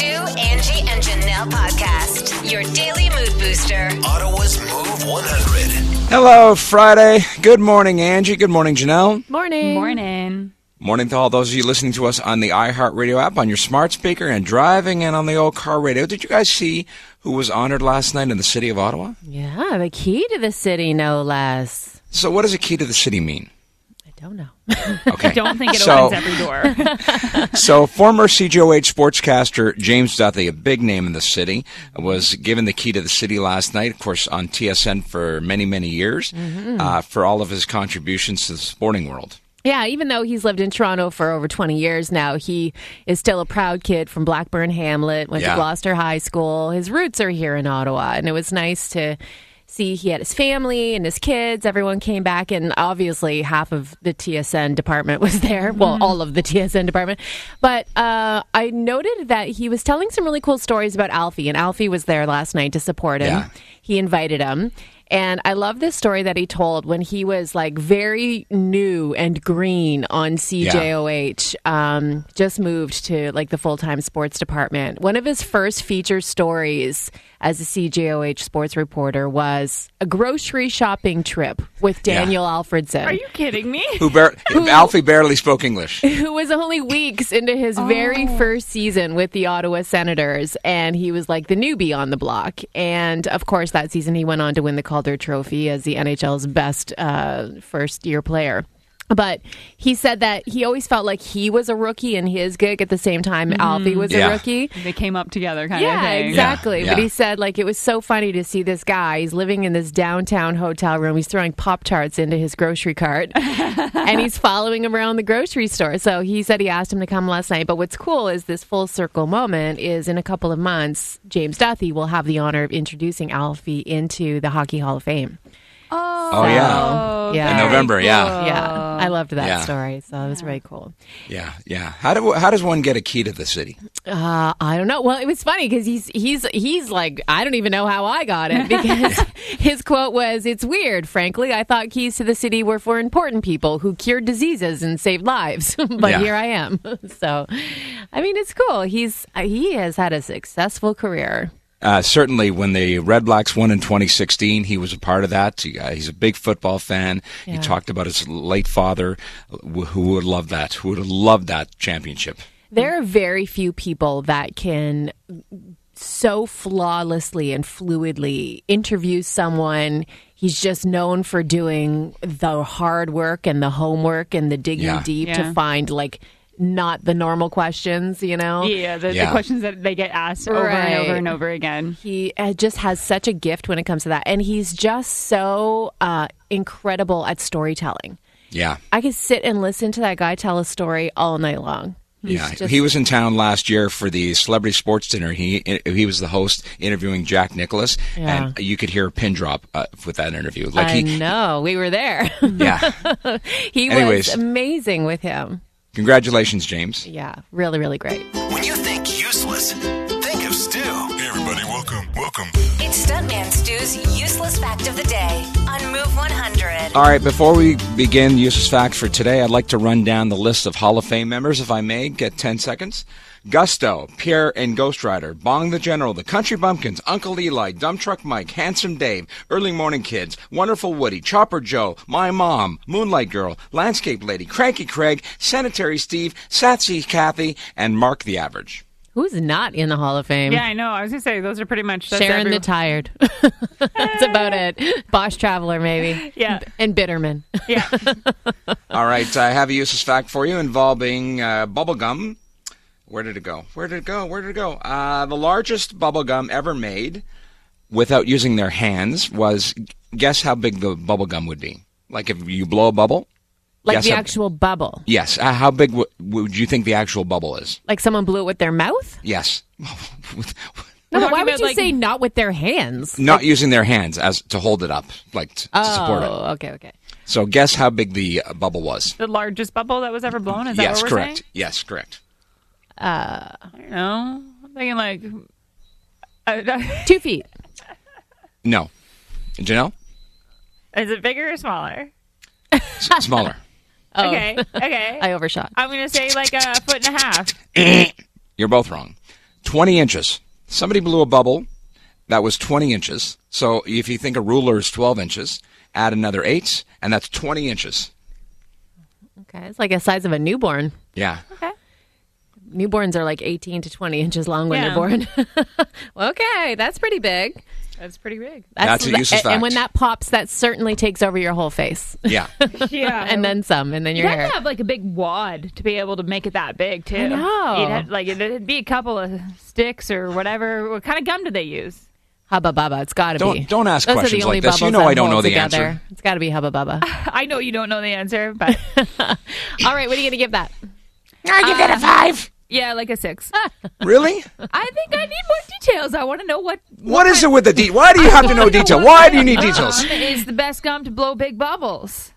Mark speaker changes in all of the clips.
Speaker 1: Angie and Janelle podcast, your daily mood booster.
Speaker 2: Ottawa's Move 100.
Speaker 3: Hello, Friday. Good morning, Angie. Good morning, Janelle.
Speaker 4: Morning.
Speaker 5: Morning.
Speaker 3: Morning to all those of you listening to us on the iHeartRadio app, on your smart speaker, and driving, and on the old car radio. Did you guys see who was honored last night in the city of Ottawa?
Speaker 4: Yeah, the key to the city, no less.
Speaker 3: So, what does a key to the city mean?
Speaker 4: I don't know.
Speaker 3: Okay.
Speaker 5: Don't think it
Speaker 3: So-
Speaker 5: opens every door.
Speaker 3: So, former CGOH sportscaster James Duthie, a big name in the city, was given the key to the city last night, of course, on TSN for many, many years uh, for all of his contributions to the sporting world.
Speaker 4: Yeah, even though he's lived in Toronto for over 20 years now, he is still a proud kid from Blackburn Hamlet, went
Speaker 3: Yeah.
Speaker 4: to Gloucester High School. His roots are here in Ottawa, and it was nice to see he had his family and his kids. Everyone came back, and obviously, half of the TSN department was there. Well, all of the TSN department. But uh, I noted that he was telling some really cool stories about Alfie, and Alfie was there last night to support him.
Speaker 3: Yeah.
Speaker 4: he invited him and i love this story that he told when he was like very new and green on cjoh um, just moved to like the full-time sports department one of his first feature stories as a cjoh sports reporter was a grocery shopping trip with daniel alfredson
Speaker 5: Are you kidding me?
Speaker 3: Who bar- Alfie barely spoke English.
Speaker 4: who was only weeks into his very first season with the Ottawa Senators, and he was like the newbie on the block. And of course, that season he went on to win the Calder Trophy as the NHL's best uh, first year player. But he said that he always felt like he was a rookie in his gig at the same time Alfie was
Speaker 3: Yeah.
Speaker 4: a rookie.
Speaker 5: They came up together, kind of
Speaker 4: Yeah,
Speaker 5: thing.
Speaker 4: exactly.
Speaker 3: Yeah,
Speaker 4: But
Speaker 3: yeah.
Speaker 4: he said like it was so funny to see this guy. He's living in this downtown hotel room. He's throwing pop tarts into his grocery cart, and he's following him around the grocery store. So he said he asked him to come last night. But what's cool is this full circle moment is in a couple of months, James Duthie will have the honor of introducing Alfie into the Hockey Hall of Fame.
Speaker 5: Oh,
Speaker 3: Oh, yeah.
Speaker 4: yeah.
Speaker 3: In November, yeah.
Speaker 4: Yeah, I loved that
Speaker 3: Yeah.
Speaker 4: story. So it was really cool.
Speaker 3: Yeah, yeah. How do how does one get a key to the city?
Speaker 4: Uh, I don't know. Well, it was funny because he's he's he's like I don't even know how I got it because his quote was, "It's weird, frankly. I thought keys to the city were for important people who cured diseases and saved lives, but
Speaker 3: Yeah.
Speaker 4: here I am." so, I mean, it's cool. He's he has had a successful career.
Speaker 3: Uh, certainly, when the Red Blacks won in 2016, he was a part of that. He, uh, he's a big football fan. He
Speaker 4: Yeah.
Speaker 3: talked about his late father, wh- who would love that, who would have loved that championship.
Speaker 4: There are very few people that can so flawlessly and fluidly interview someone. He's just known for doing the hard work and the homework and the digging
Speaker 3: Yeah.
Speaker 4: deep
Speaker 5: Yeah.
Speaker 4: to find like not the normal questions, you know?
Speaker 5: Yeah, the,
Speaker 3: Yeah.
Speaker 5: the questions that they get asked over and over
Speaker 4: Right.
Speaker 5: and over again.
Speaker 4: He uh, just has such a gift when it comes to that. And he's just so uh, incredible at storytelling.
Speaker 3: Yeah,
Speaker 4: I could sit and listen to that guy tell a story all night long.
Speaker 3: yeah.
Speaker 4: just-
Speaker 3: He was in town last year for the celebrity sports dinner. He he was the host interviewing Jack Nicholas,
Speaker 4: Yeah.
Speaker 3: and you could hear a pin drop uh, with that interview. Like
Speaker 4: I
Speaker 3: he,
Speaker 4: know. We were there.
Speaker 3: yeah.
Speaker 4: he
Speaker 3: Anyways.
Speaker 4: was amazing with him.
Speaker 3: Congratulations, James.
Speaker 4: Yeah, really, really great.
Speaker 2: When you think useless, think of Stu. Hey, everybody, welcome, welcome.
Speaker 1: It's Stuntman Stu's useless fact of the day on Move 100.
Speaker 3: All right, before we begin useless facts for today, I'd like to run down the list of Hall of Fame members, if I may. Get 10 seconds. Gusto, Pierre and Ghost Rider, Bong the General, The Country Bumpkins, Uncle Eli, Dumb Truck Mike, Handsome Dave, Early Morning Kids, Wonderful Woody, Chopper Joe, My Mom, Moonlight Girl, Landscape Lady, Cranky Craig, Sanitary Steve, Satsy Kathy, and Mark the Average.
Speaker 4: Who's not in the Hall of Fame?
Speaker 5: Yeah, I know. I was going to say, those are pretty much. That's
Speaker 4: Sharon
Speaker 5: every-
Speaker 4: the Tired. That's about it. Bosch Traveler, maybe.
Speaker 5: Yeah.
Speaker 4: And Bitterman.
Speaker 5: Yeah.
Speaker 3: All right, I have a useless fact for you involving uh, bubblegum. Where did it go? Where did it go? Where did it go? Uh, the largest bubblegum ever made without using their hands was guess how big the bubblegum would be? Like if you blow a bubble?
Speaker 4: Like
Speaker 3: Yes,
Speaker 4: the
Speaker 3: I'm-
Speaker 4: actual bubble.
Speaker 3: Yes. Uh, how big w- would you think the actual bubble is?
Speaker 4: Like someone blew it with their mouth?
Speaker 3: Yes.
Speaker 4: No,
Speaker 5: We're
Speaker 4: why
Speaker 5: talking
Speaker 4: would
Speaker 5: about,
Speaker 4: you
Speaker 5: like-
Speaker 4: say not with their hands?
Speaker 3: Not using their hands as to hold it up, like t- to support it.
Speaker 4: Oh, okay, okay.
Speaker 3: So guess how big the uh, bubble was?
Speaker 5: the largest bubble that was ever blown. Is
Speaker 3: yes,
Speaker 5: that what we're
Speaker 3: correct. Yes, correct.
Speaker 5: saying? I don't know. I'm thinking like. Uh,
Speaker 4: Two feet.
Speaker 3: No. Janelle?
Speaker 5: is it bigger or smaller?
Speaker 3: S- smaller.
Speaker 4: Oh,
Speaker 5: Okay. Okay.
Speaker 4: I overshot.
Speaker 5: I'm going to say like a foot and a half.
Speaker 3: You're both wrong. 20 inches. Somebody blew a bubble that was 20 inches. So if you think a ruler is 12 inches, add another eight, and that's 20 inches.
Speaker 4: Okay, it's like the size of a newborn.
Speaker 3: Yeah.
Speaker 4: Newborns are like 18 to 20 inches long when
Speaker 5: Yeah.
Speaker 4: they're born. okay, that's pretty big.
Speaker 5: That's pretty big.
Speaker 3: That's a useless
Speaker 4: and, and when
Speaker 3: fact.
Speaker 4: that pops, that certainly takes over your whole face.
Speaker 3: Yeah.
Speaker 5: Yeah.
Speaker 4: and then some, and then your
Speaker 5: You'd have
Speaker 4: hair.
Speaker 5: to have like a big wad to be able to make it that big too.
Speaker 4: know.
Speaker 5: You'd have- like it'd be a couple of sticks or whatever. What kind of gum do they use?
Speaker 4: Hubba Bubba. It's got to
Speaker 3: Don't-
Speaker 4: be.
Speaker 3: don't ask
Speaker 4: Those are
Speaker 3: questions
Speaker 4: the only
Speaker 3: like this. You
Speaker 4: bubbles
Speaker 3: know
Speaker 4: that
Speaker 3: I don't
Speaker 4: hold
Speaker 3: know the
Speaker 4: together.
Speaker 3: answer.
Speaker 4: It's got to be Hubba Bubba.
Speaker 5: I know you don't know the answer, but
Speaker 4: All right, what are you going to give that?
Speaker 5: yeah, like a six.
Speaker 3: really?
Speaker 5: I think I need more details. I want to know what
Speaker 3: What is it with the de- Why do you have to know detail? Why do you need details?
Speaker 5: gum is the best gum to blow big bubbles.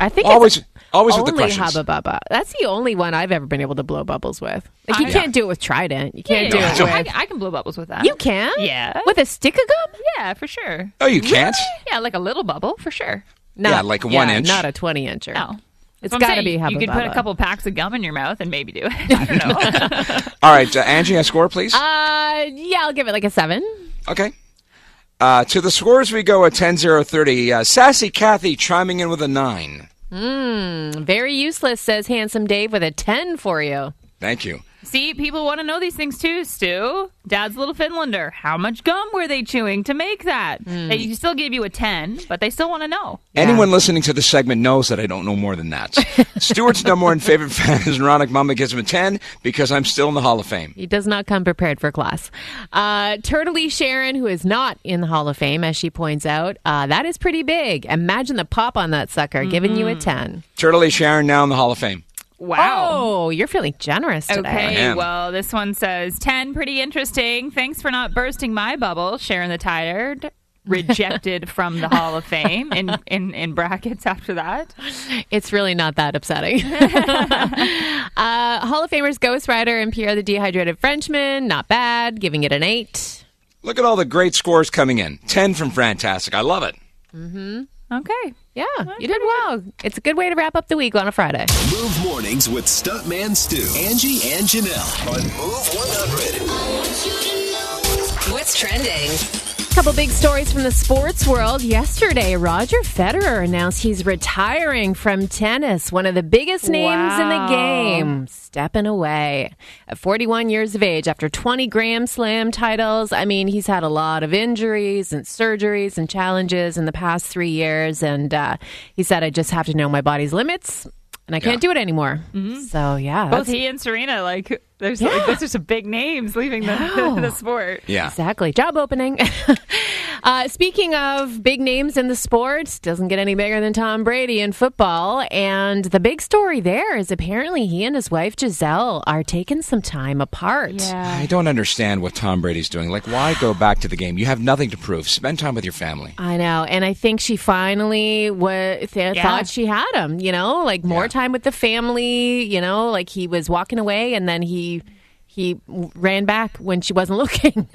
Speaker 4: I think
Speaker 3: Always,
Speaker 4: it's
Speaker 3: always with
Speaker 4: only
Speaker 3: the questions.
Speaker 4: Hubba Bubba. That's the only one I've ever been able to blow bubbles with. Like you
Speaker 5: I-
Speaker 4: can't do it with Trident. You can't
Speaker 5: Yeah,
Speaker 4: do it
Speaker 5: I,
Speaker 4: with.
Speaker 5: I can blow bubbles with that.
Speaker 4: You can?
Speaker 5: Yeah.
Speaker 4: With a stick of gum?
Speaker 5: Yeah, for sure.
Speaker 3: Oh, you can't.
Speaker 5: Yeah, like a little bubble for sure.
Speaker 4: No.
Speaker 3: Yeah, like one inch.
Speaker 4: Not a 20 incher.
Speaker 5: No.
Speaker 4: It's
Speaker 5: That's what I'm
Speaker 4: got to
Speaker 5: saying.
Speaker 4: be Hubba
Speaker 5: You could
Speaker 4: Bubba.
Speaker 5: put a couple packs of gum in your mouth and maybe do it. I don't know.
Speaker 3: All right, uh, Angie, a score, please.
Speaker 4: Uh, yeah, I'll give it like a seven.
Speaker 3: Okay. Uh, to the scores we go at 10 0 30. Uh, Sassy Kathy chiming in with a 9.
Speaker 4: Very useless, says Handsome Dave with a 10 for you.
Speaker 3: Thank you.
Speaker 5: See, people want to know these things too, Stu. Dad's Little Finlander. How much gum were they chewing to make that? They still give you a 10, but they still want to know.
Speaker 3: Anyone listening to this segment knows that I don't know more than that. Stewart's number one favorite fan is Ronick Mama gives him a 10 because I'm still in the Hall of Fame.
Speaker 4: He does not come prepared for class. Uh, Turtley Sharon, who is not in the Hall of Fame, as she points out, uh, that is pretty big. Imagine the pop on that sucker, giving you a
Speaker 5: Mm-hmm.
Speaker 4: 10.
Speaker 3: Turtley Sharon now in the Hall of Fame.
Speaker 5: Wow.
Speaker 4: Oh, you're feeling generous today.
Speaker 3: I
Speaker 5: Oh, Okay,
Speaker 3: am.
Speaker 5: well, this one says 10, pretty interesting. Thanks for not bursting my bubble, Sharon the Tired. Rejected from the Hall of Fame in, in, in brackets after that.
Speaker 4: It's really not that upsetting. uh, Hall of Famers Ghost Rider and Pierre the Dehydrated Frenchman, not bad, giving it an 8.
Speaker 3: Look at all the great scores coming in. 10 from Fantastic. I love it.
Speaker 5: Okay.
Speaker 4: Yeah, you did well. It's a good way to wrap up the week on a Friday.
Speaker 2: Move mornings with Stuntman Stu, Angie, and Janelle on Move 100.
Speaker 1: What's trending?
Speaker 4: Couple big stories from the sports world. Yesterday, Roger Federer announced he's retiring from tennis, one of the biggest names in
Speaker 5: Wow.
Speaker 4: the game, stepping away. At 41 years of age, after 20 Grand Slam titles, I mean, he's had a lot of injuries and surgeries and challenges in the past three years. And uh, he said, I just have to know my body's limits and I can't do it anymore. So, yeah.
Speaker 5: Mm-hmm. Both
Speaker 4: that's-
Speaker 5: he and Serena, like, there's like, those are some big names leaving the, the sport.
Speaker 3: Yeah.
Speaker 4: Exactly. Job opening. uh, speaking of big names in the sports, doesn't get any bigger than Tom Brady in football. And the big story there is apparently he and his wife Giselle are taking some time apart.
Speaker 3: I don't understand what Tom Brady's doing. Like, why go back to the game? You have nothing to prove. Spend time with your family.
Speaker 4: I know. And I think she finally wa th- thought she had him, you know, like more time with the family, you know, like he was walking away and then he. He w- ran back when she wasn't looking.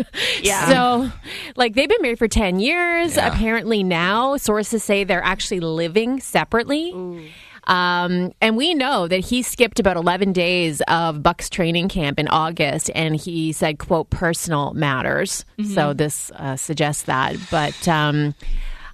Speaker 5: Yeah.
Speaker 4: So, like, they've been married for 10 years. Apparently, now sources say they're actually living separately. Um, and we know that he skipped about 11 days of Buck's training camp in August, and he said, "quote personal matters."
Speaker 5: Mm-hmm.
Speaker 4: So this uh, suggests that. But um,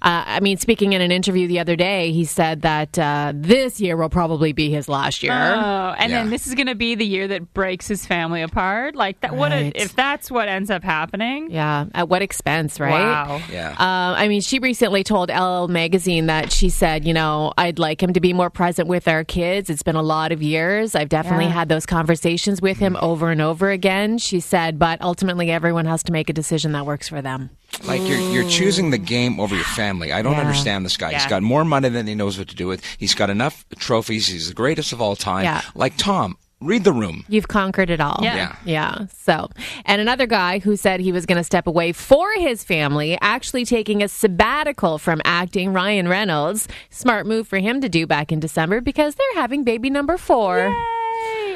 Speaker 4: uh, I mean, speaking in an interview the other day, he said that uh, this year will probably be his last year.
Speaker 5: Oh, and
Speaker 3: Yeah.
Speaker 5: then this is going to be the year that breaks his family apart. Like that. What
Speaker 4: Right.
Speaker 5: a, if that's what ends up happening?
Speaker 4: yeah, at what expense, right?
Speaker 5: Wow.
Speaker 3: Yeah.
Speaker 4: Uh, I mean, she recently told Elle magazine that she said, you know, I'd like him to be more present with our kids. It's been a lot of years. I've definitely had those conversations with him over and over again. She said, but ultimately, everyone has to make a decision that works for them.
Speaker 3: Like you're you're choosing the game over your family. I don't
Speaker 4: Yeah.
Speaker 3: understand this guy. He's
Speaker 5: Yeah.
Speaker 3: got more money than he knows what to do with. He's got enough trophies. He's the greatest of all time.
Speaker 4: Yeah.
Speaker 3: Like Tom, read the room.
Speaker 4: You've conquered it all.
Speaker 5: Yeah.
Speaker 3: Yeah.
Speaker 4: Yeah. So, and another guy who said he was going to step away for his family, actually taking a sabbatical from acting, Ryan Reynolds. Smart move for him to do back in December because they're having baby number four.
Speaker 5: Yay.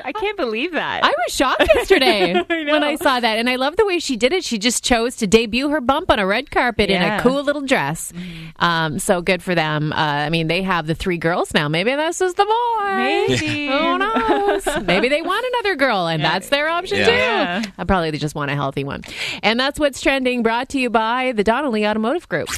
Speaker 5: I can't believe that.
Speaker 4: I was shocked yesterday
Speaker 5: I know.
Speaker 4: when I saw that. And I love the way she did it. She just chose to debut her bump on a red carpet in
Speaker 5: Yeah. Mm-hmm.
Speaker 4: a cool little dress. Um, so good for them. Uh, I mean, they have the three girls now. Maybe this is the boy.
Speaker 5: Maybe.
Speaker 4: Who knows? Maybe they want another girl, and that's their option
Speaker 3: Yeah.
Speaker 4: too.
Speaker 5: Yeah.
Speaker 4: Uh, probably they just want a healthy one. And that's what's trending, brought to you by the Donnelly Automotive Group.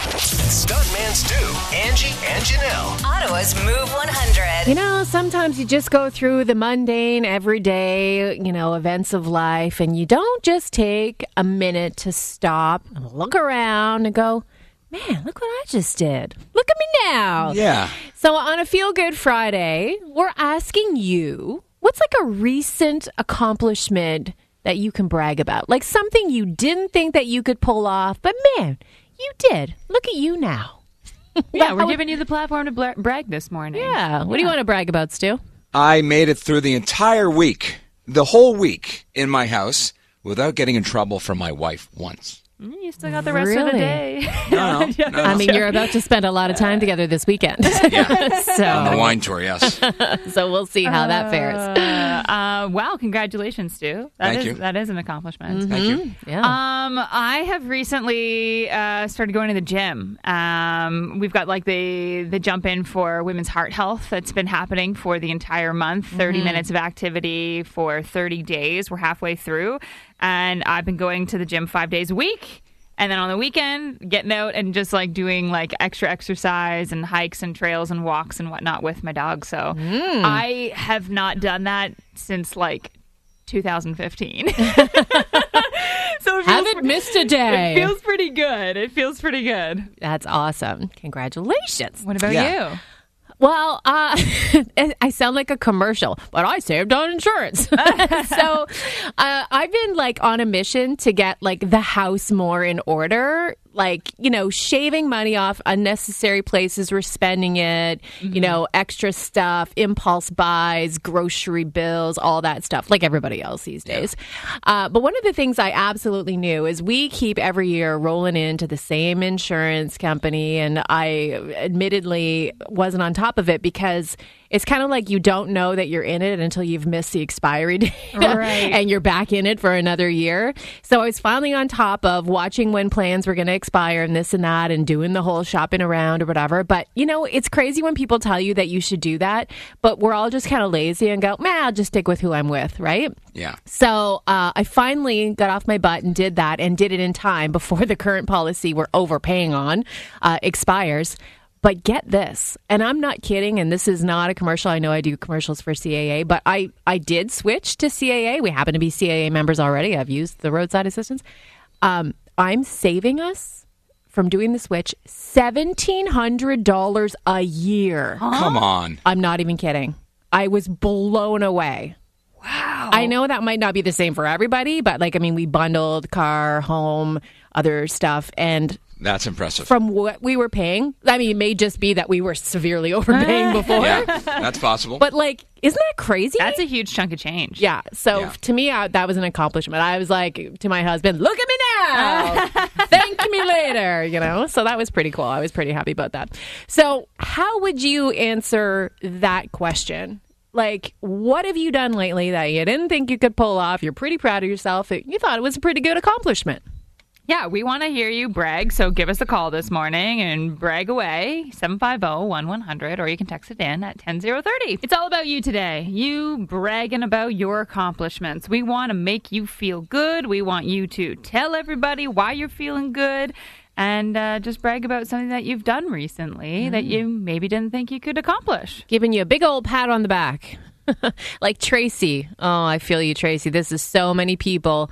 Speaker 2: Stuntman Stu, Angie, and Janelle.
Speaker 1: Ottawa's Move 100.
Speaker 4: You know, sometimes you just go through the mundane, everyday, you know, events of life, and you don't just take a minute to stop and look around and go, man, look what I just did. Look at me now.
Speaker 3: Yeah.
Speaker 4: So, on a Feel Good Friday, we're asking you what's like a recent accomplishment that you can brag about? Like something you didn't think that you could pull off, but man, you did. Look at you now.
Speaker 5: Yeah, we're giving you the platform to bla- brag this morning.
Speaker 4: Yeah. What do you want to brag about, Stu?
Speaker 3: I made it through the entire week, the whole week in my house without getting in trouble from my wife once.
Speaker 5: Mm, You still got the rest of
Speaker 4: Really?
Speaker 5: the day.
Speaker 3: No, no, no,
Speaker 4: I
Speaker 3: no.
Speaker 4: mean, you're about to spend a lot of time together this weekend.
Speaker 3: Yeah. On the
Speaker 4: so,
Speaker 3: wine tour, yes.
Speaker 4: so we'll see how that fares.
Speaker 5: Uh, wow, congratulations, Stu. That
Speaker 3: Thank
Speaker 5: is-
Speaker 3: you.
Speaker 5: That is an
Speaker 4: Mm-hmm.
Speaker 5: accomplishment.
Speaker 3: Thank you.
Speaker 4: Yeah.
Speaker 5: Um, I have recently uh, started going to the gym. Um, we've got like the the jump in for women's heart health that's been happening for the entire month. 30 minutes of activity for thirty days. We're halfway through, and I've been going to the gym five days a week. And then on the weekend, getting out and just like doing like extra exercise and hikes and trails and walks and whatnot with my dog. So I have not done that since like 2015. so it feels,
Speaker 4: Haven't missed a
Speaker 5: it
Speaker 4: day.
Speaker 5: feels pretty good. It feels pretty good.
Speaker 4: That's awesome. Congratulations.
Speaker 5: What about
Speaker 3: Yeah.
Speaker 5: you?
Speaker 4: Well, uh, I sound like a commercial, but I saved on insurance. so uh, I've been like on a mission to get like the house more in order. Like, you know, shaving money off unnecessary places we're spending it, you know, extra stuff, impulse buys, grocery bills, all that stuff, like everybody else these days. Uh, but one of the things I absolutely knew is we keep every year rolling into the same insurance company. And I admittedly wasn't on top of it because it's kind of like you don't know that you're in it until you've missed the expiry date
Speaker 5: Right.
Speaker 4: and you're back in it for another year. So I was finally on top of watching when plans were going to expire and this and that and doing the whole shopping around or whatever. But you know, it's crazy when people tell you that you should do that, but we're all just kind of lazy and go, man, I'll just stick with who I'm with, right?
Speaker 3: Yeah.
Speaker 4: So uh, I finally got off my butt and did that and did it in time before the current policy we're overpaying on uh, expires. But get this, and I'm not kidding, and this is not a commercial. I know I do commercials for CAA, but I, I did switch to CAA. We happen to be CAA members already. I've used the roadside assistance. Um, I'm saving us from doing the switch $1,700 a year.
Speaker 3: Come on.
Speaker 4: I'm not even kidding. I was blown away. Wow. I know that might not be the same for everybody, but like, I mean, we bundled car, home, other stuff. And
Speaker 3: That's impressive.
Speaker 4: from what we were paying, I mean, it may just be that we were severely overpaying before,
Speaker 3: Yeah, that's possible.
Speaker 4: but like, isn't that crazy?
Speaker 5: That's a huge chunk of change.
Speaker 4: yeah. So
Speaker 3: Yeah.
Speaker 4: to me, I, that was an accomplishment. I was like to my husband, look at me now. Thank me later, you know? So that was pretty cool. I was pretty happy about that. So, how would you answer that question? Like, what have you done lately that you didn't think you could pull off? You're pretty proud of yourself. You thought it was a pretty good accomplishment.
Speaker 5: Yeah, we want to hear you brag. So give us a call this morning and brag away oh, 750-1100 or you can text it in at 10030. It's all about you today. You bragging about your accomplishments. We want to make you feel good. We want you to tell everybody why you're feeling good and uh, just brag about something that you've done recently that
Speaker 4: Mm.
Speaker 5: you maybe didn't think you could accomplish.
Speaker 4: giving you a big old pat on the back. like Tracy. Oh, I feel you, Tracy. This is so many people.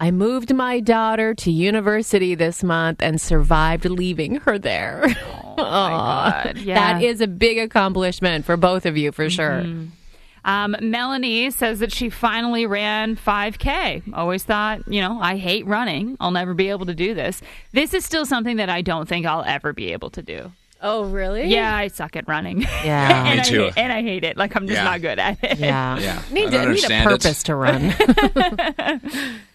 Speaker 4: I moved my daughter to university this month and survived leaving her there.
Speaker 5: God. Yeah.
Speaker 4: That is a big accomplishment for both of you, for sure.
Speaker 5: Um, Melanie says that she finally ran 5K. Always thought, you know, I hate running. I'll never be able to do this. This is still something that I don't think I'll ever be able to do.
Speaker 4: Oh, really?
Speaker 5: Yeah, I suck at running.
Speaker 4: Yeah.
Speaker 5: and,
Speaker 3: Me too.
Speaker 5: I, and I hate it. Like, I'm just
Speaker 3: Yeah.
Speaker 5: not good at it.
Speaker 4: Yeah.
Speaker 3: Yeah,
Speaker 4: Need,
Speaker 3: I don't
Speaker 4: to, need a
Speaker 3: understand it.
Speaker 4: purpose to run.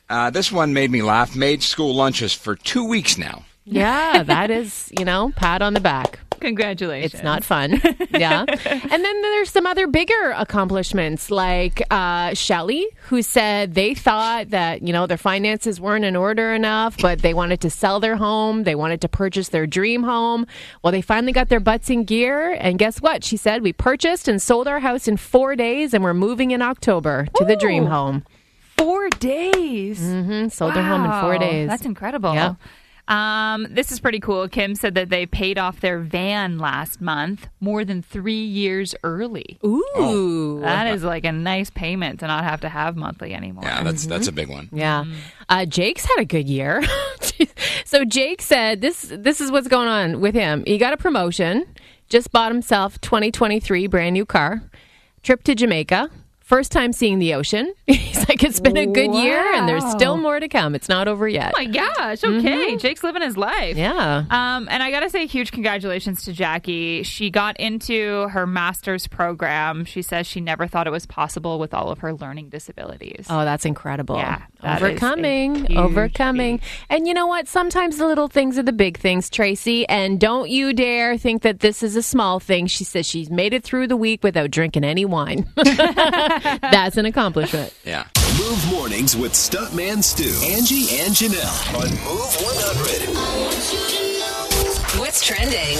Speaker 3: Uh, this one made me laugh. Made school lunches for two weeks now.
Speaker 4: yeah, that is, you know, pat on the back.
Speaker 5: Congratulations.
Speaker 4: It's not fun. yeah. and then there's some other bigger accomplishments, like uh, Shelly, who said they thought that, you know, their finances weren't in order enough, but they wanted to sell their home. They wanted to purchase their dream home. Well, they finally got their butts in gear. And guess what? She said, we purchased and sold our house in four days, and we're moving in October to the dream
Speaker 5: Ooh.
Speaker 4: home.
Speaker 5: Four days.
Speaker 4: Mm-hmm. Sold their home in four
Speaker 5: Wow,
Speaker 4: days.
Speaker 5: That's incredible.
Speaker 4: Yeah.
Speaker 5: Um, this is pretty cool. Kim said that they paid off their van last month, more than three years early.
Speaker 4: Ooh. Oh.
Speaker 5: That is like a nice payment to not have to have monthly anymore.
Speaker 3: Yeah,
Speaker 4: Mm-hmm.
Speaker 3: that's that's a big one.
Speaker 4: Yeah.
Speaker 5: Mm-hmm.
Speaker 4: Uh, Jake's had a good year. so Jake said this this is what's going on with him. He got a promotion, just bought himself 2023 brand new car, trip to Jamaica, first time seeing the ocean. He's like it's been a good year and there's still
Speaker 5: Wow.
Speaker 4: more to come. It's not over yet.
Speaker 5: Oh my gosh. Okay. Jake's living his life.
Speaker 4: Mm-hmm. yeah.
Speaker 5: Um, and I got to say, huge congratulations to Jackie. She got into her master's program. She says she never thought it was possible with all of her learning disabilities.
Speaker 4: Oh, that's incredible.
Speaker 5: Yeah, that is a
Speaker 4: overcoming,
Speaker 5: huge
Speaker 4: overcoming. And you know what? Sometimes the little things are the big things, Tracy. And don't you dare think that this is a small thing. She says she's made it through the week without drinking any wine. that's an accomplishment.
Speaker 3: Yeah.
Speaker 2: Move mornings with Stuntman Stu, Angie, and Janelle on Move 100.
Speaker 1: What's trending?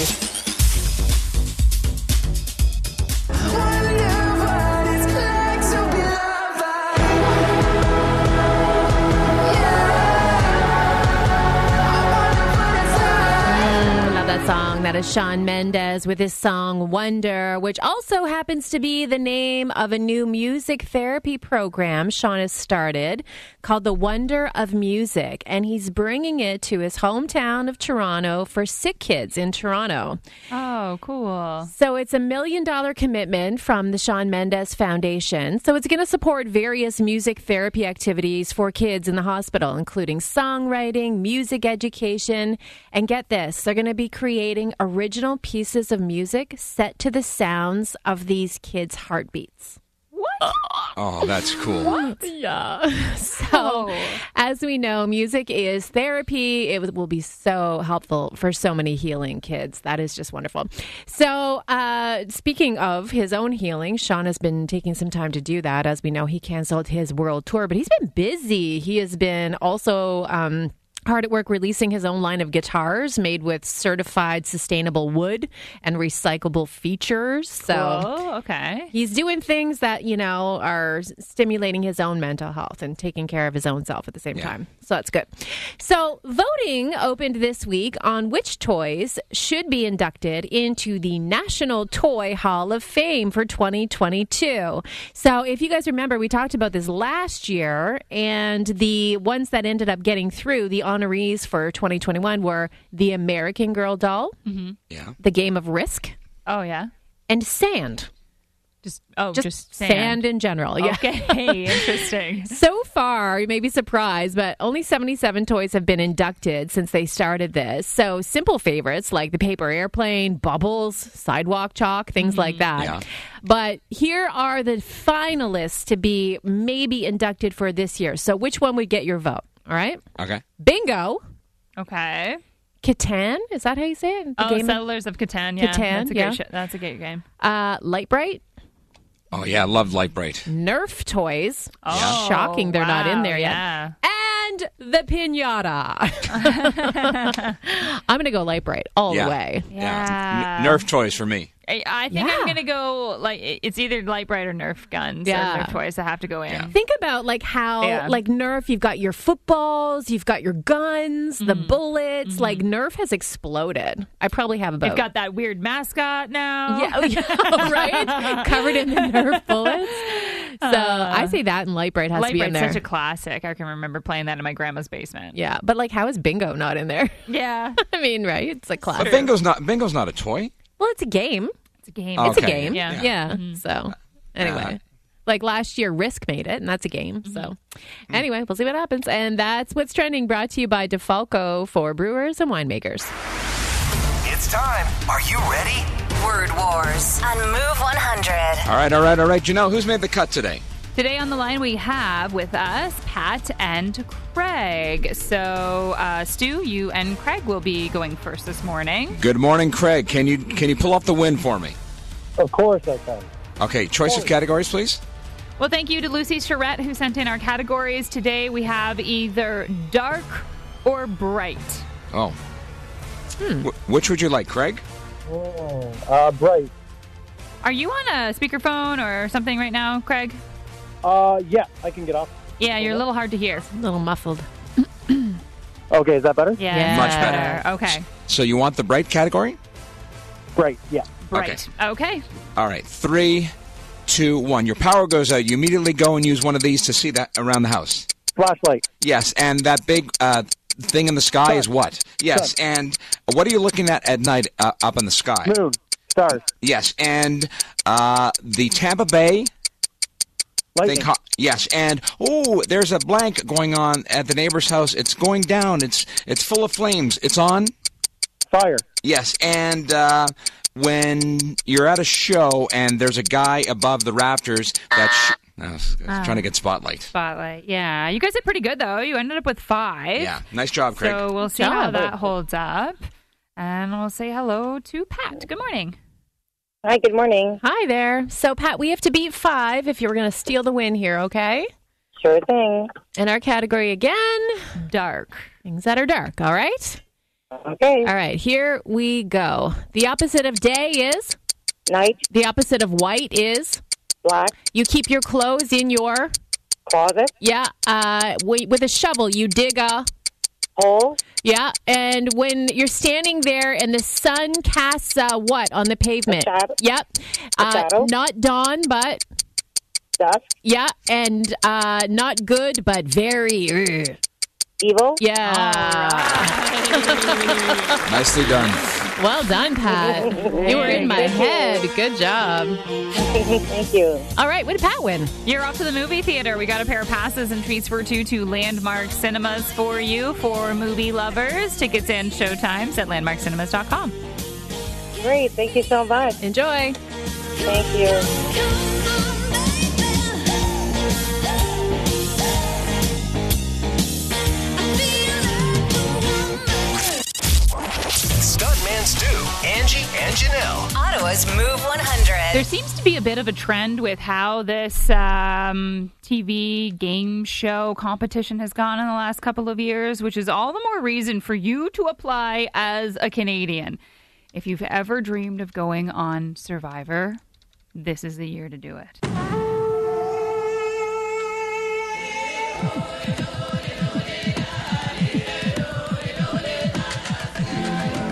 Speaker 4: I love that song. That is Sean Mendez with his song Wonder, which also happens to be the name of a new music therapy program Sean has started called The Wonder of Music. And he's bringing it to his hometown of Toronto for sick kids in Toronto.
Speaker 5: Oh, cool.
Speaker 4: So it's a million dollar commitment from the Sean Mendez Foundation. So it's going to support various music therapy activities for kids in the hospital, including songwriting, music education. And get this, they're going to be creating original pieces of music set to the sounds of these kids' heartbeats.
Speaker 3: Oh, that's cool.
Speaker 4: Yeah. So, as we know, music is therapy. It will be so helpful for so many healing kids. That is just wonderful. So, uh, speaking of his own healing, Sean has been taking some time to do that. As we know, he canceled his world tour, but he's been busy. He has been also. Um, Hard at work releasing his own line of guitars made with certified sustainable wood and recyclable features. So,
Speaker 5: Oh, okay.
Speaker 4: he's doing things that you know are s- stimulating his own mental health and taking care of his own self at the same time so that's good so voting opened this week on which toys should be inducted into the national toy hall of fame for 2022 so if you guys remember we talked about this last year and the ones that ended up getting through the honorees for 2021 were the american girl doll
Speaker 3: Yeah.
Speaker 4: the game of risk
Speaker 5: Oh, yeah.
Speaker 4: and sand
Speaker 5: Just oh,
Speaker 4: just,
Speaker 5: just,
Speaker 4: sand. in general. Yeah.
Speaker 5: Okay, interesting.
Speaker 4: So far, you may be surprised, but only 77 toys have been inducted since they started this. So simple favorites like the paper airplane, bubbles, sidewalk chalk, things like that.
Speaker 5: Mm-hmm.
Speaker 3: Yeah.
Speaker 4: But here are the finalists to be maybe inducted for this year. So which one would get your vote? All right.
Speaker 3: Okay.
Speaker 4: Bingo.
Speaker 5: Okay.
Speaker 4: Catan. Is that how you say it? The
Speaker 5: oh,
Speaker 4: game.
Speaker 5: Settlers of Catan. Yeah,
Speaker 4: Catan,
Speaker 5: That's a
Speaker 4: yeah.
Speaker 5: good. Sh- that's a good game.
Speaker 4: uh, Light Bright.
Speaker 3: Oh yeah, I love light bright.
Speaker 4: Nerf toys.
Speaker 5: Oh,
Speaker 4: Shocking they're not in
Speaker 5: wow,
Speaker 4: there yet.
Speaker 5: yeah.
Speaker 4: And the pinata. I'm going to go light bright all
Speaker 3: Yeah.
Speaker 4: the way.
Speaker 5: Yeah.
Speaker 3: N- Nerf toys for me.
Speaker 5: I, I think
Speaker 4: Yeah.
Speaker 5: I'm gonna go like it- it's either light bright or Nerf guns.
Speaker 4: Yeah.
Speaker 5: or Nerf toys. I have to go in.
Speaker 3: Yeah.
Speaker 4: Think about like how
Speaker 5: Yeah.
Speaker 4: like Nerf you've got your footballs, you've got your guns, the bullets, like Nerf has exploded. I probably have about
Speaker 5: You've got that weird mascot now.
Speaker 4: yeah, oh, yeah, right? Covered in the Nerf bullets. So I say that and light bright has to
Speaker 5: Light
Speaker 4: be in
Speaker 5: Bright's
Speaker 4: there.
Speaker 5: such a classic. I can remember playing that in my grandma's basement.
Speaker 4: yeah, but like how is bingo not in there?
Speaker 5: Yeah.
Speaker 4: I mean, right? It's a class.
Speaker 3: But bingo's not bingo's not a toy.
Speaker 4: Well, it's a game.
Speaker 5: It's a game.
Speaker 3: Oh,
Speaker 4: It's a
Speaker 3: Okay.
Speaker 4: game.
Speaker 5: Yeah.
Speaker 4: Yeah. Mm-hmm. So anyway.
Speaker 3: Uh,
Speaker 4: like last year, Risk made it, and that's a game. So,
Speaker 3: Mm-hmm.
Speaker 4: anyway, we'll see what happens. And that's what's trending. Brought to you by Defalco for brewers and winemakers.
Speaker 2: It's time. Are you ready?
Speaker 1: Word Wars on Move 100.
Speaker 3: All right, all right, all right. Janelle, who's made the cut today?
Speaker 5: Today on the line, we have with us Pat and Craig. So, uh, Stu, you and Craig will be going first this morning.
Speaker 3: Good morning, Craig. Can you can you pull off the win for me?
Speaker 6: Of course I can.
Speaker 3: Okay, choice of categories, please.
Speaker 5: Well, thank you to Lucy Charette who sent in our categories. Today we have either dark or bright.
Speaker 3: Oh, Wh- which would you like, Craig?
Speaker 6: Mm, uh, bright.
Speaker 5: Are you on a speakerphone or something right now, Craig?
Speaker 6: Uh, yeah, I can get off.
Speaker 5: Yeah, you're a little hard to hear.
Speaker 4: A little muffled.
Speaker 6: Okay, is that better?
Speaker 5: Yeah.
Speaker 3: Much better.
Speaker 5: Okay.
Speaker 3: So you want the bright category?
Speaker 6: Bright, yeah.
Speaker 5: Bright. okay.
Speaker 3: All right, three, two, one. Your power goes out. You immediately go and use one of these to see that around the house.
Speaker 6: Flashlight.
Speaker 3: Yes, and that big uh, thing in the sky is what? Yes, and what are you looking at at night uh, up in the sky?
Speaker 6: Moon. Stars.
Speaker 3: Yes, and uh, the Tampa Bay. They
Speaker 6: Lightning.
Speaker 3: ca- yes, and oh, there's a blank going on at the neighbor's house. It's going down. It's it's full of flames. It's on.
Speaker 6: Fire.
Speaker 3: Yes, and uh, when you're at a show and there's a guy above the Raptors that sh- oh, I was I was trying to get spotlight.
Speaker 5: Spotlight. Yeah. You guys did pretty good, though. You ended up with five.
Speaker 3: Yeah, nice job, Craig.
Speaker 5: So we'll see
Speaker 4: Good
Speaker 5: how
Speaker 4: job.
Speaker 5: that holds up. And we'll say hello to Pat. Good morning.
Speaker 7: Hi, good morning.
Speaker 4: Hi there. So, Pat, we have to beat five if you were going to steal the win here, okay?
Speaker 7: Sure thing.
Speaker 4: And our category again
Speaker 5: Dark.
Speaker 4: things that are dark, all right?
Speaker 7: Okay.
Speaker 4: All right, here we go. The opposite of day is,
Speaker 7: Night,
Speaker 4: the opposite of white is,
Speaker 7: black,
Speaker 4: you keep your clothes in your,
Speaker 7: closet,
Speaker 4: yeah, uh, wi- with a shovel, you dig a,
Speaker 7: hole,
Speaker 4: yeah, and when you're standing there and the sun casts uh, what on the pavement?
Speaker 7: shadow.
Speaker 4: Yep. Uh,
Speaker 7: shadow.
Speaker 4: not dawn, but
Speaker 7: dust,
Speaker 4: Yeah, and uh, not good, but very. ugh.
Speaker 7: evil.
Speaker 4: Yeah.
Speaker 3: Nicely done.
Speaker 4: Well done, Pat. You were in my head. Good job.
Speaker 7: Thank you.
Speaker 4: All right, what did Pat win?
Speaker 5: You're off to the movie theater. We got a pair of passes and treats for two to Landmark Cinemas for you for movie lovers. Tickets and showtimes at landmarkcinemas.com.
Speaker 7: Great. Thank you so much.
Speaker 4: Enjoy.
Speaker 7: Thank you.
Speaker 2: Stuntman Stu, Angie, and Janelle.
Speaker 1: Ottawa's Move 100.
Speaker 5: There seems to be a bit of a trend with how this um, TV game show competition has gone in the last couple of years, which is all the more reason for you to apply as a Canadian. If you've ever dreamed of going on Survivor, this is the year to do it.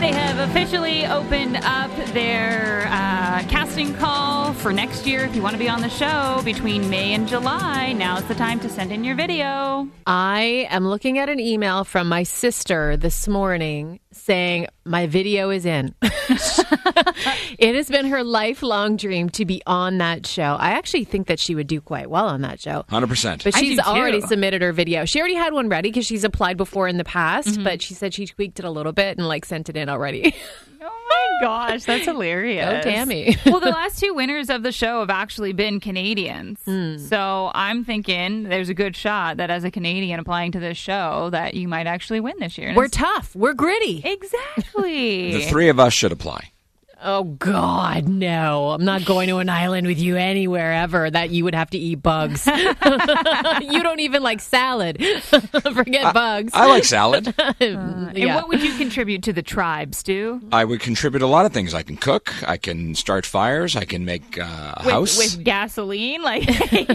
Speaker 5: They have officially opened up their uh, casting call for next year. If you want to be on the show between May and July, now's the time to send in your video.
Speaker 4: I am looking at an email from my sister this morning saying, My video is in. it has been her lifelong dream to be on that show. I actually think that she would do quite well on that show.
Speaker 3: Hundred percent.
Speaker 4: But
Speaker 5: I
Speaker 4: she's
Speaker 5: do, too.
Speaker 4: already submitted her video. She already had one ready because she's applied before in the past,
Speaker 5: Mm-hmm.
Speaker 4: but she said she tweaked it a little bit and like sent it in already.
Speaker 5: Oh my gosh, that's hilarious.
Speaker 4: Go Tammy.
Speaker 5: well, the last two winners of the show have actually been Canadians. So I'm thinking there's a good shot that as a Canadian applying to this show that you might actually win this year. And
Speaker 4: We're
Speaker 5: it's-
Speaker 4: tough. We're gritty.
Speaker 5: exactly.
Speaker 3: The three of us should apply.
Speaker 4: Oh God, no! I'm not going to an island with you anywhere ever. That you would have to eat bugs. you don't even like salad. Forget bugs.
Speaker 3: I like salad.
Speaker 5: And
Speaker 4: yeah.
Speaker 5: what would you contribute to the tribe, Stu?
Speaker 3: I would contribute a lot of things. I can cook. I can start fires. I can make uh, a
Speaker 5: with,
Speaker 3: house.
Speaker 5: with gasoline, like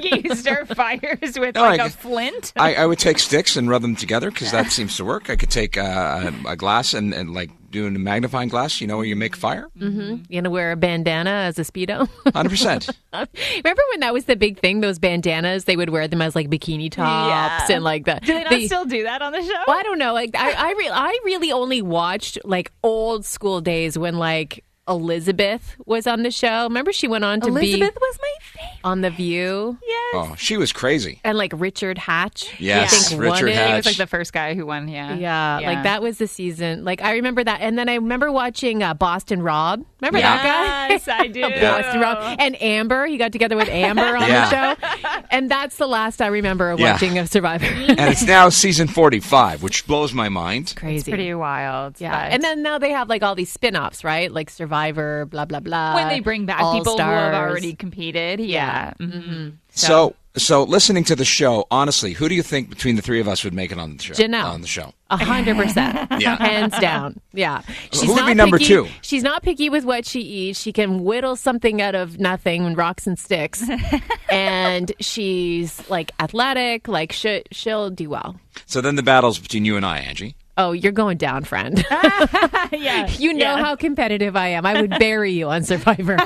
Speaker 5: you start fires with
Speaker 3: No,
Speaker 5: like
Speaker 3: I
Speaker 5: a
Speaker 3: guess-
Speaker 5: flint.
Speaker 3: I, I would take sticks and rub them together because that seems to work. I could take uh, a, a glass and, and like doing a magnifying glass, you know, where you make fire.
Speaker 4: you gonna wear a bandana as a speedo?
Speaker 3: 100%.
Speaker 4: Remember when that was the big thing? Those bandanas they would wear them as like bikini tops
Speaker 5: Yeah.
Speaker 4: and like that.
Speaker 5: Do they not
Speaker 4: They-
Speaker 5: still do that on the show?
Speaker 4: Well, I don't know. Like I, I, re- I really only watched like old school days when like Elizabeth was on the show. Remember, she went on to
Speaker 5: Elizabeth
Speaker 4: be
Speaker 5: was my favorite.
Speaker 4: on The View,
Speaker 5: Yes.
Speaker 3: Oh, she was crazy.
Speaker 4: and like Richard Hatch.
Speaker 3: Yes,
Speaker 4: I think won
Speaker 3: Richard
Speaker 4: it.
Speaker 5: He
Speaker 3: Hatch.
Speaker 5: was like the first guy who won. Yeah.
Speaker 4: Yeah, like that was the season. Like I remember that, and then I remember watching uh, Boston Rob. Remember
Speaker 3: Yeah.
Speaker 4: that guy?
Speaker 5: Yes, I do.
Speaker 4: Boston
Speaker 5: Oh.
Speaker 4: Rob and Amber. He got together with Amber on
Speaker 3: Yeah.
Speaker 4: the show, and that's the last I remember of
Speaker 3: Yeah.
Speaker 4: watching of Survivor.
Speaker 3: And it's now season 45, which blows my mind.
Speaker 4: Crazy.
Speaker 5: Pretty wild.
Speaker 4: yeah,
Speaker 5: but-
Speaker 4: and then now they have like all these spin-offs, right? Like Survivor, blah blah blah.
Speaker 5: when they bring back
Speaker 4: All
Speaker 5: people who have
Speaker 4: Stars.
Speaker 5: already competed, uh, yeah. Mm-hmm.
Speaker 3: So, so listening to the show, honestly, who do you think between the three of us would make it on the show?
Speaker 4: Janelle.
Speaker 3: on the show.
Speaker 4: A hundred percent.
Speaker 3: Yeah.
Speaker 4: Hands down. Yeah.
Speaker 3: would be number
Speaker 4: picky.
Speaker 3: two?
Speaker 4: She's not picky with what she eats. She can whittle something out of nothing, rocks and sticks. and she's like athletic. Like she, she'll do well.
Speaker 3: So then the battle's between you and I, Angie.
Speaker 4: Oh, you're going down, friend.
Speaker 5: yeah.
Speaker 4: you know how competitive I am. I would bury you on Survivor.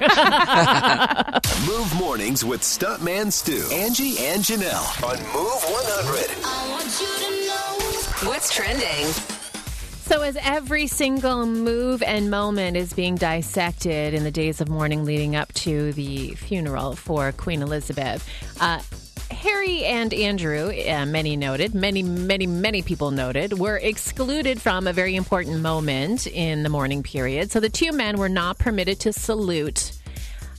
Speaker 2: Move mornings with Stuntman Stu, Angie, and Janelle on Move 100.
Speaker 1: What's trending?
Speaker 4: So, as every single move and moment is being dissected in the days of mourning leading up to the funeral for Queen Elizabeth, uh, Harry and Andrew, uh, many noted, many, many, many people noted, were excluded from a very important moment in the mourning period. So, the two men were not permitted to salute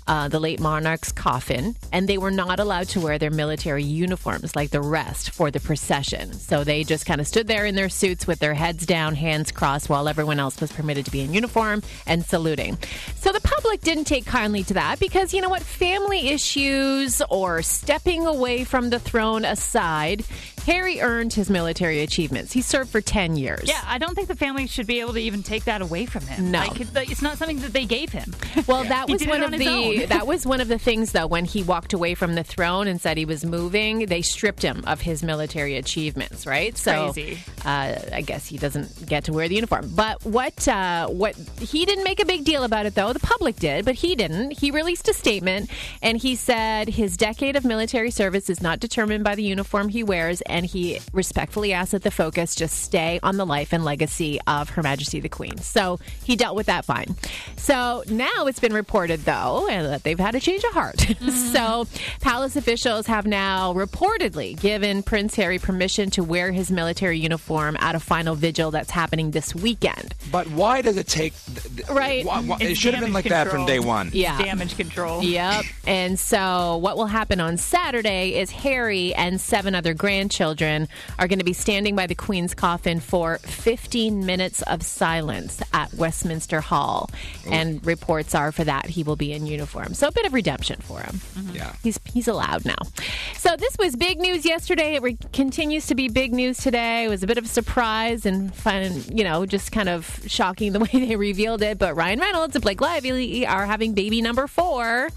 Speaker 4: uh, the late monarch's coffin, and they were not allowed to wear their military uniforms like the rest for the procession. So they just kind of stood there in their suits with their heads down, hands crossed, while everyone else was permitted to be in uniform and saluting. So the public didn't take kindly to that because, you know what, family issues or stepping away from the throne aside, Harry earned his military achievements. He served for 10 years.
Speaker 5: Yeah, I don't think the family should be able to even take that away from him.
Speaker 4: No.
Speaker 5: Like, it- it's not something that they gave him.
Speaker 4: Well, that
Speaker 5: He
Speaker 4: was
Speaker 5: did
Speaker 4: one
Speaker 5: it
Speaker 4: of
Speaker 5: on his
Speaker 4: the
Speaker 5: own.
Speaker 4: that was one of the things though when he walked away from the throne and said he was moving, they stripped him of his military achievements, right? So
Speaker 5: Crazy.
Speaker 4: Uh, I guess he doesn't get to wear the uniform. But what uh, what he didn't make a big deal about it though. The public did, but he didn't. He released a statement and he said his decade of military service is not determined by the uniform he wears and he respectfully asked that the focus just stay on the life and legacy of Her Majesty the Queen. So he dealt with that fine. So now it's been reported, though, and that they've had a change of heart. so palace officials have now reportedly given Prince Harry permission to wear his military uniform at a final vigil that's happening this weekend.
Speaker 3: But why does it take? th- th-
Speaker 4: Right.
Speaker 3: why- why- it
Speaker 5: It's
Speaker 3: should have been
Speaker 5: damage
Speaker 3: like that from
Speaker 5: control.
Speaker 3: day one.
Speaker 4: Yeah.
Speaker 5: Damage control.
Speaker 4: Yep. And so, what will happen on Saturday is Harry and seven other grandchildren are going to be standing by the Queen's coffin for 15 minutes of silence at Westminster Hall. And reports are for that he will be in uniform. So, a bit of redemption for him.
Speaker 3: Yeah.
Speaker 4: He's, he's allowed now. So, this was big news yesterday. It re- continues to be big news today. It was a bit of a surprise and fun, you know, just kind of shocking the way they revealed it. But Ryan Reynolds and Blake Lively are having baby number four.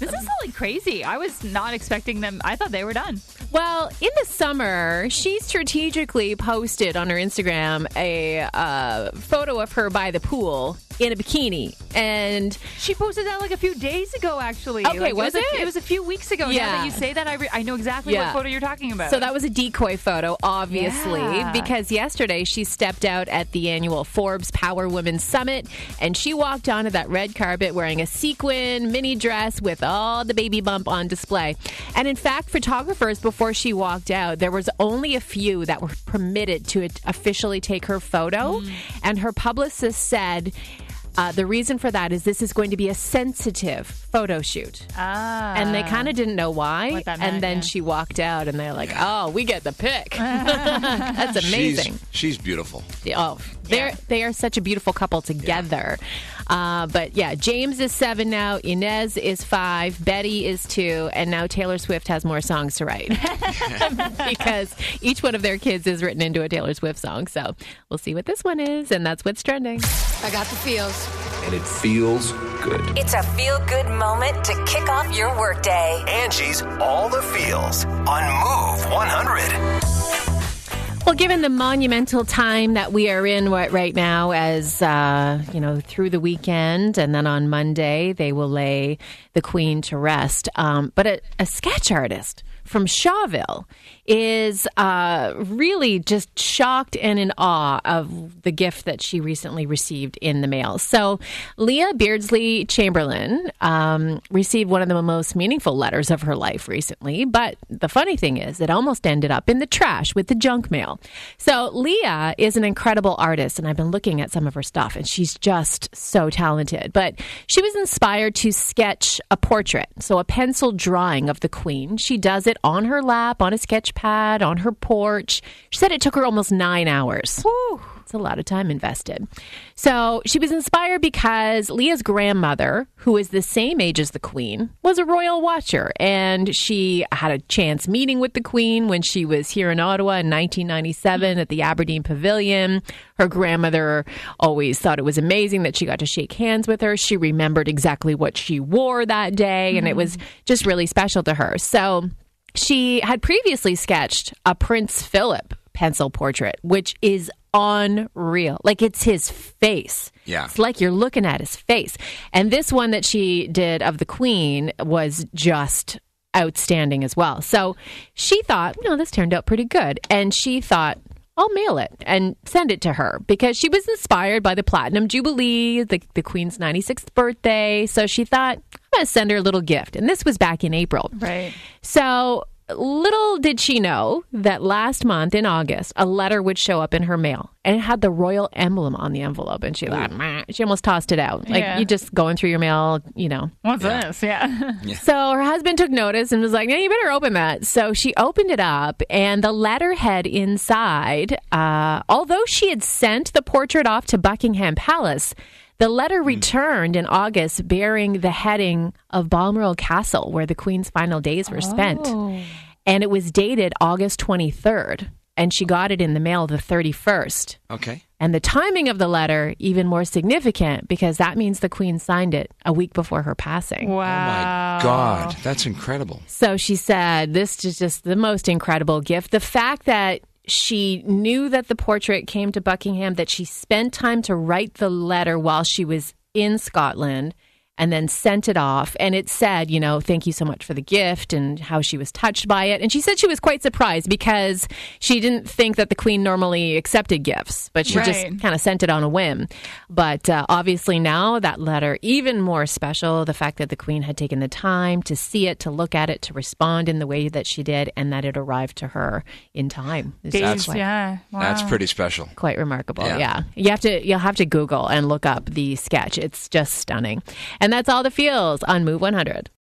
Speaker 5: This is all like crazy. I was not expecting them. I thought they were done.
Speaker 4: Well, in the summer, she strategically posted on her Instagram a uh, photo of her by the pool in a bikini. And
Speaker 5: She posted that like a few days ago, actually.
Speaker 4: Okay,
Speaker 5: Like,
Speaker 4: was
Speaker 5: it? Was
Speaker 4: it?
Speaker 5: a, it was a few weeks ago.
Speaker 4: Yeah.
Speaker 5: Now that you say that, I, re- I know exactly
Speaker 4: Yeah.
Speaker 5: what photo you're talking about.
Speaker 4: so that was a decoy photo, obviously,
Speaker 5: Yeah.
Speaker 4: because yesterday she stepped out at the annual Forbes Power Women Summit and she walked onto that red carpet wearing a sequin mini dress with all the baby bump on display. And in fact, photographers, before she walked out, there was only a few that were permitted to officially take her photo. And her publicist said, uh, the reason for that is this is going to be a sensitive photo shoot.
Speaker 5: Ah.
Speaker 4: And they kind of didn't know why.
Speaker 5: What that
Speaker 4: and
Speaker 5: meant,
Speaker 4: then
Speaker 5: yeah.
Speaker 4: she walked out, and they're like, "Oh, we get the pick." That's amazing.
Speaker 3: She's, she's beautiful.
Speaker 4: Oh, they're they are such a beautiful couple together. Uh, but yeah, James is seven now. Inez is five. Betty is two, and now Taylor Swift has more songs to write because each one of their kids is written into a Taylor Swift song. So we'll see what this one is, and that's what's trending.
Speaker 8: I got the feels.
Speaker 9: and it feels good.
Speaker 1: It's a feel good moment to kick off your workday.
Speaker 2: Angie's All the Feels on Move 100.
Speaker 4: Well, given the monumental time that we are in right right now, as uh, you know, through the weekend and then on Monday they will lay the Queen to rest. Um, but a, a sketch artist from Shawville is uh, really just shocked and in awe of the gift that she recently received in the mail. So, Leah Beardsley Chamberlain um, received one of the most meaningful letters of her life recently. But the funny thing is, it almost ended up in the trash with the junk mail. So, Leah is an incredible artist, and I've been looking at some of her stuff, and she's just so talented. But she was inspired to sketch a portrait, so a pencil drawing of the queen. She does it on her lap, on a sketch pad, on her porch. She said it took her almost nine hours. It's a lot of time invested. So she was inspired because Leah's grandmother, who is the same age as the Queen, was a royal watcher. And she had a chance meeting with the Queen when she was here in Ottawa in 1997 at the Aberdeen Pavilion. Her grandmother always thought it was amazing that she got to shake hands with her. She remembered exactly what she wore that day, and it was just really special to her. So she had previously sketched a Prince Philip pencil portrait, which is unreal. Like it's his face.
Speaker 3: Yeah.
Speaker 4: It's like you're looking at his face. And this one that she did of the Queen was just outstanding as well. So she thought, no, this turned out pretty good. And she thought, I'll mail it and send it to her because she was inspired by the Platinum Jubilee, the, the Queen's 96th birthday. So she thought, I'm going to send her a little gift. And this was back in April.
Speaker 5: Right.
Speaker 4: So little did she know that last month in August, a letter would show up in her mail and it had the royal emblem on the envelope. And she like, "Meh." she almost tossed it out. Like
Speaker 5: Yeah.
Speaker 4: you just going through your mail, you know.
Speaker 5: What's this? Yeah.
Speaker 4: So her husband took notice and was like, "Yeah, you better open that." So she opened it up, and the letterhead inside, uh, although she had sent the portrait off to Buckingham Palace, the letter returned in August bearing the heading of Balmoral Castle, where the Queen's final days were spent, and it was dated August twenty third. And she got it in the mail the thirty first.
Speaker 3: Okay.
Speaker 4: And the timing of the letter even more significant because that means the Queen signed it a week before her passing.
Speaker 5: Wow.
Speaker 3: Oh My God, that's incredible.
Speaker 4: So she said, This is just the most incredible gift. The fact that she knew that the portrait came to Buckingham, that she spent time to write the letter while she was in Scotland and then sent it off. And it said, you know, thank you so much for the gift and how she was touched by it. And she said she was quite surprised because she didn't think that the Queen normally accepted gifts, but she just
Speaker 5: Right.
Speaker 4: kind of sent it on a whim. But uh, obviously now that letter even more special. The fact that the Queen had taken the time to see it, to look at it, to respond in the way that she did, and that it arrived to her in time. is
Speaker 5: Days,
Speaker 4: just, like,
Speaker 5: yeah. Wow.
Speaker 3: That's pretty special.
Speaker 4: Quite remarkable,
Speaker 3: Yeah.
Speaker 4: yeah. You have to you'll have to Google and look up the sketch. It's just stunning, and that's all the feels on Move 100.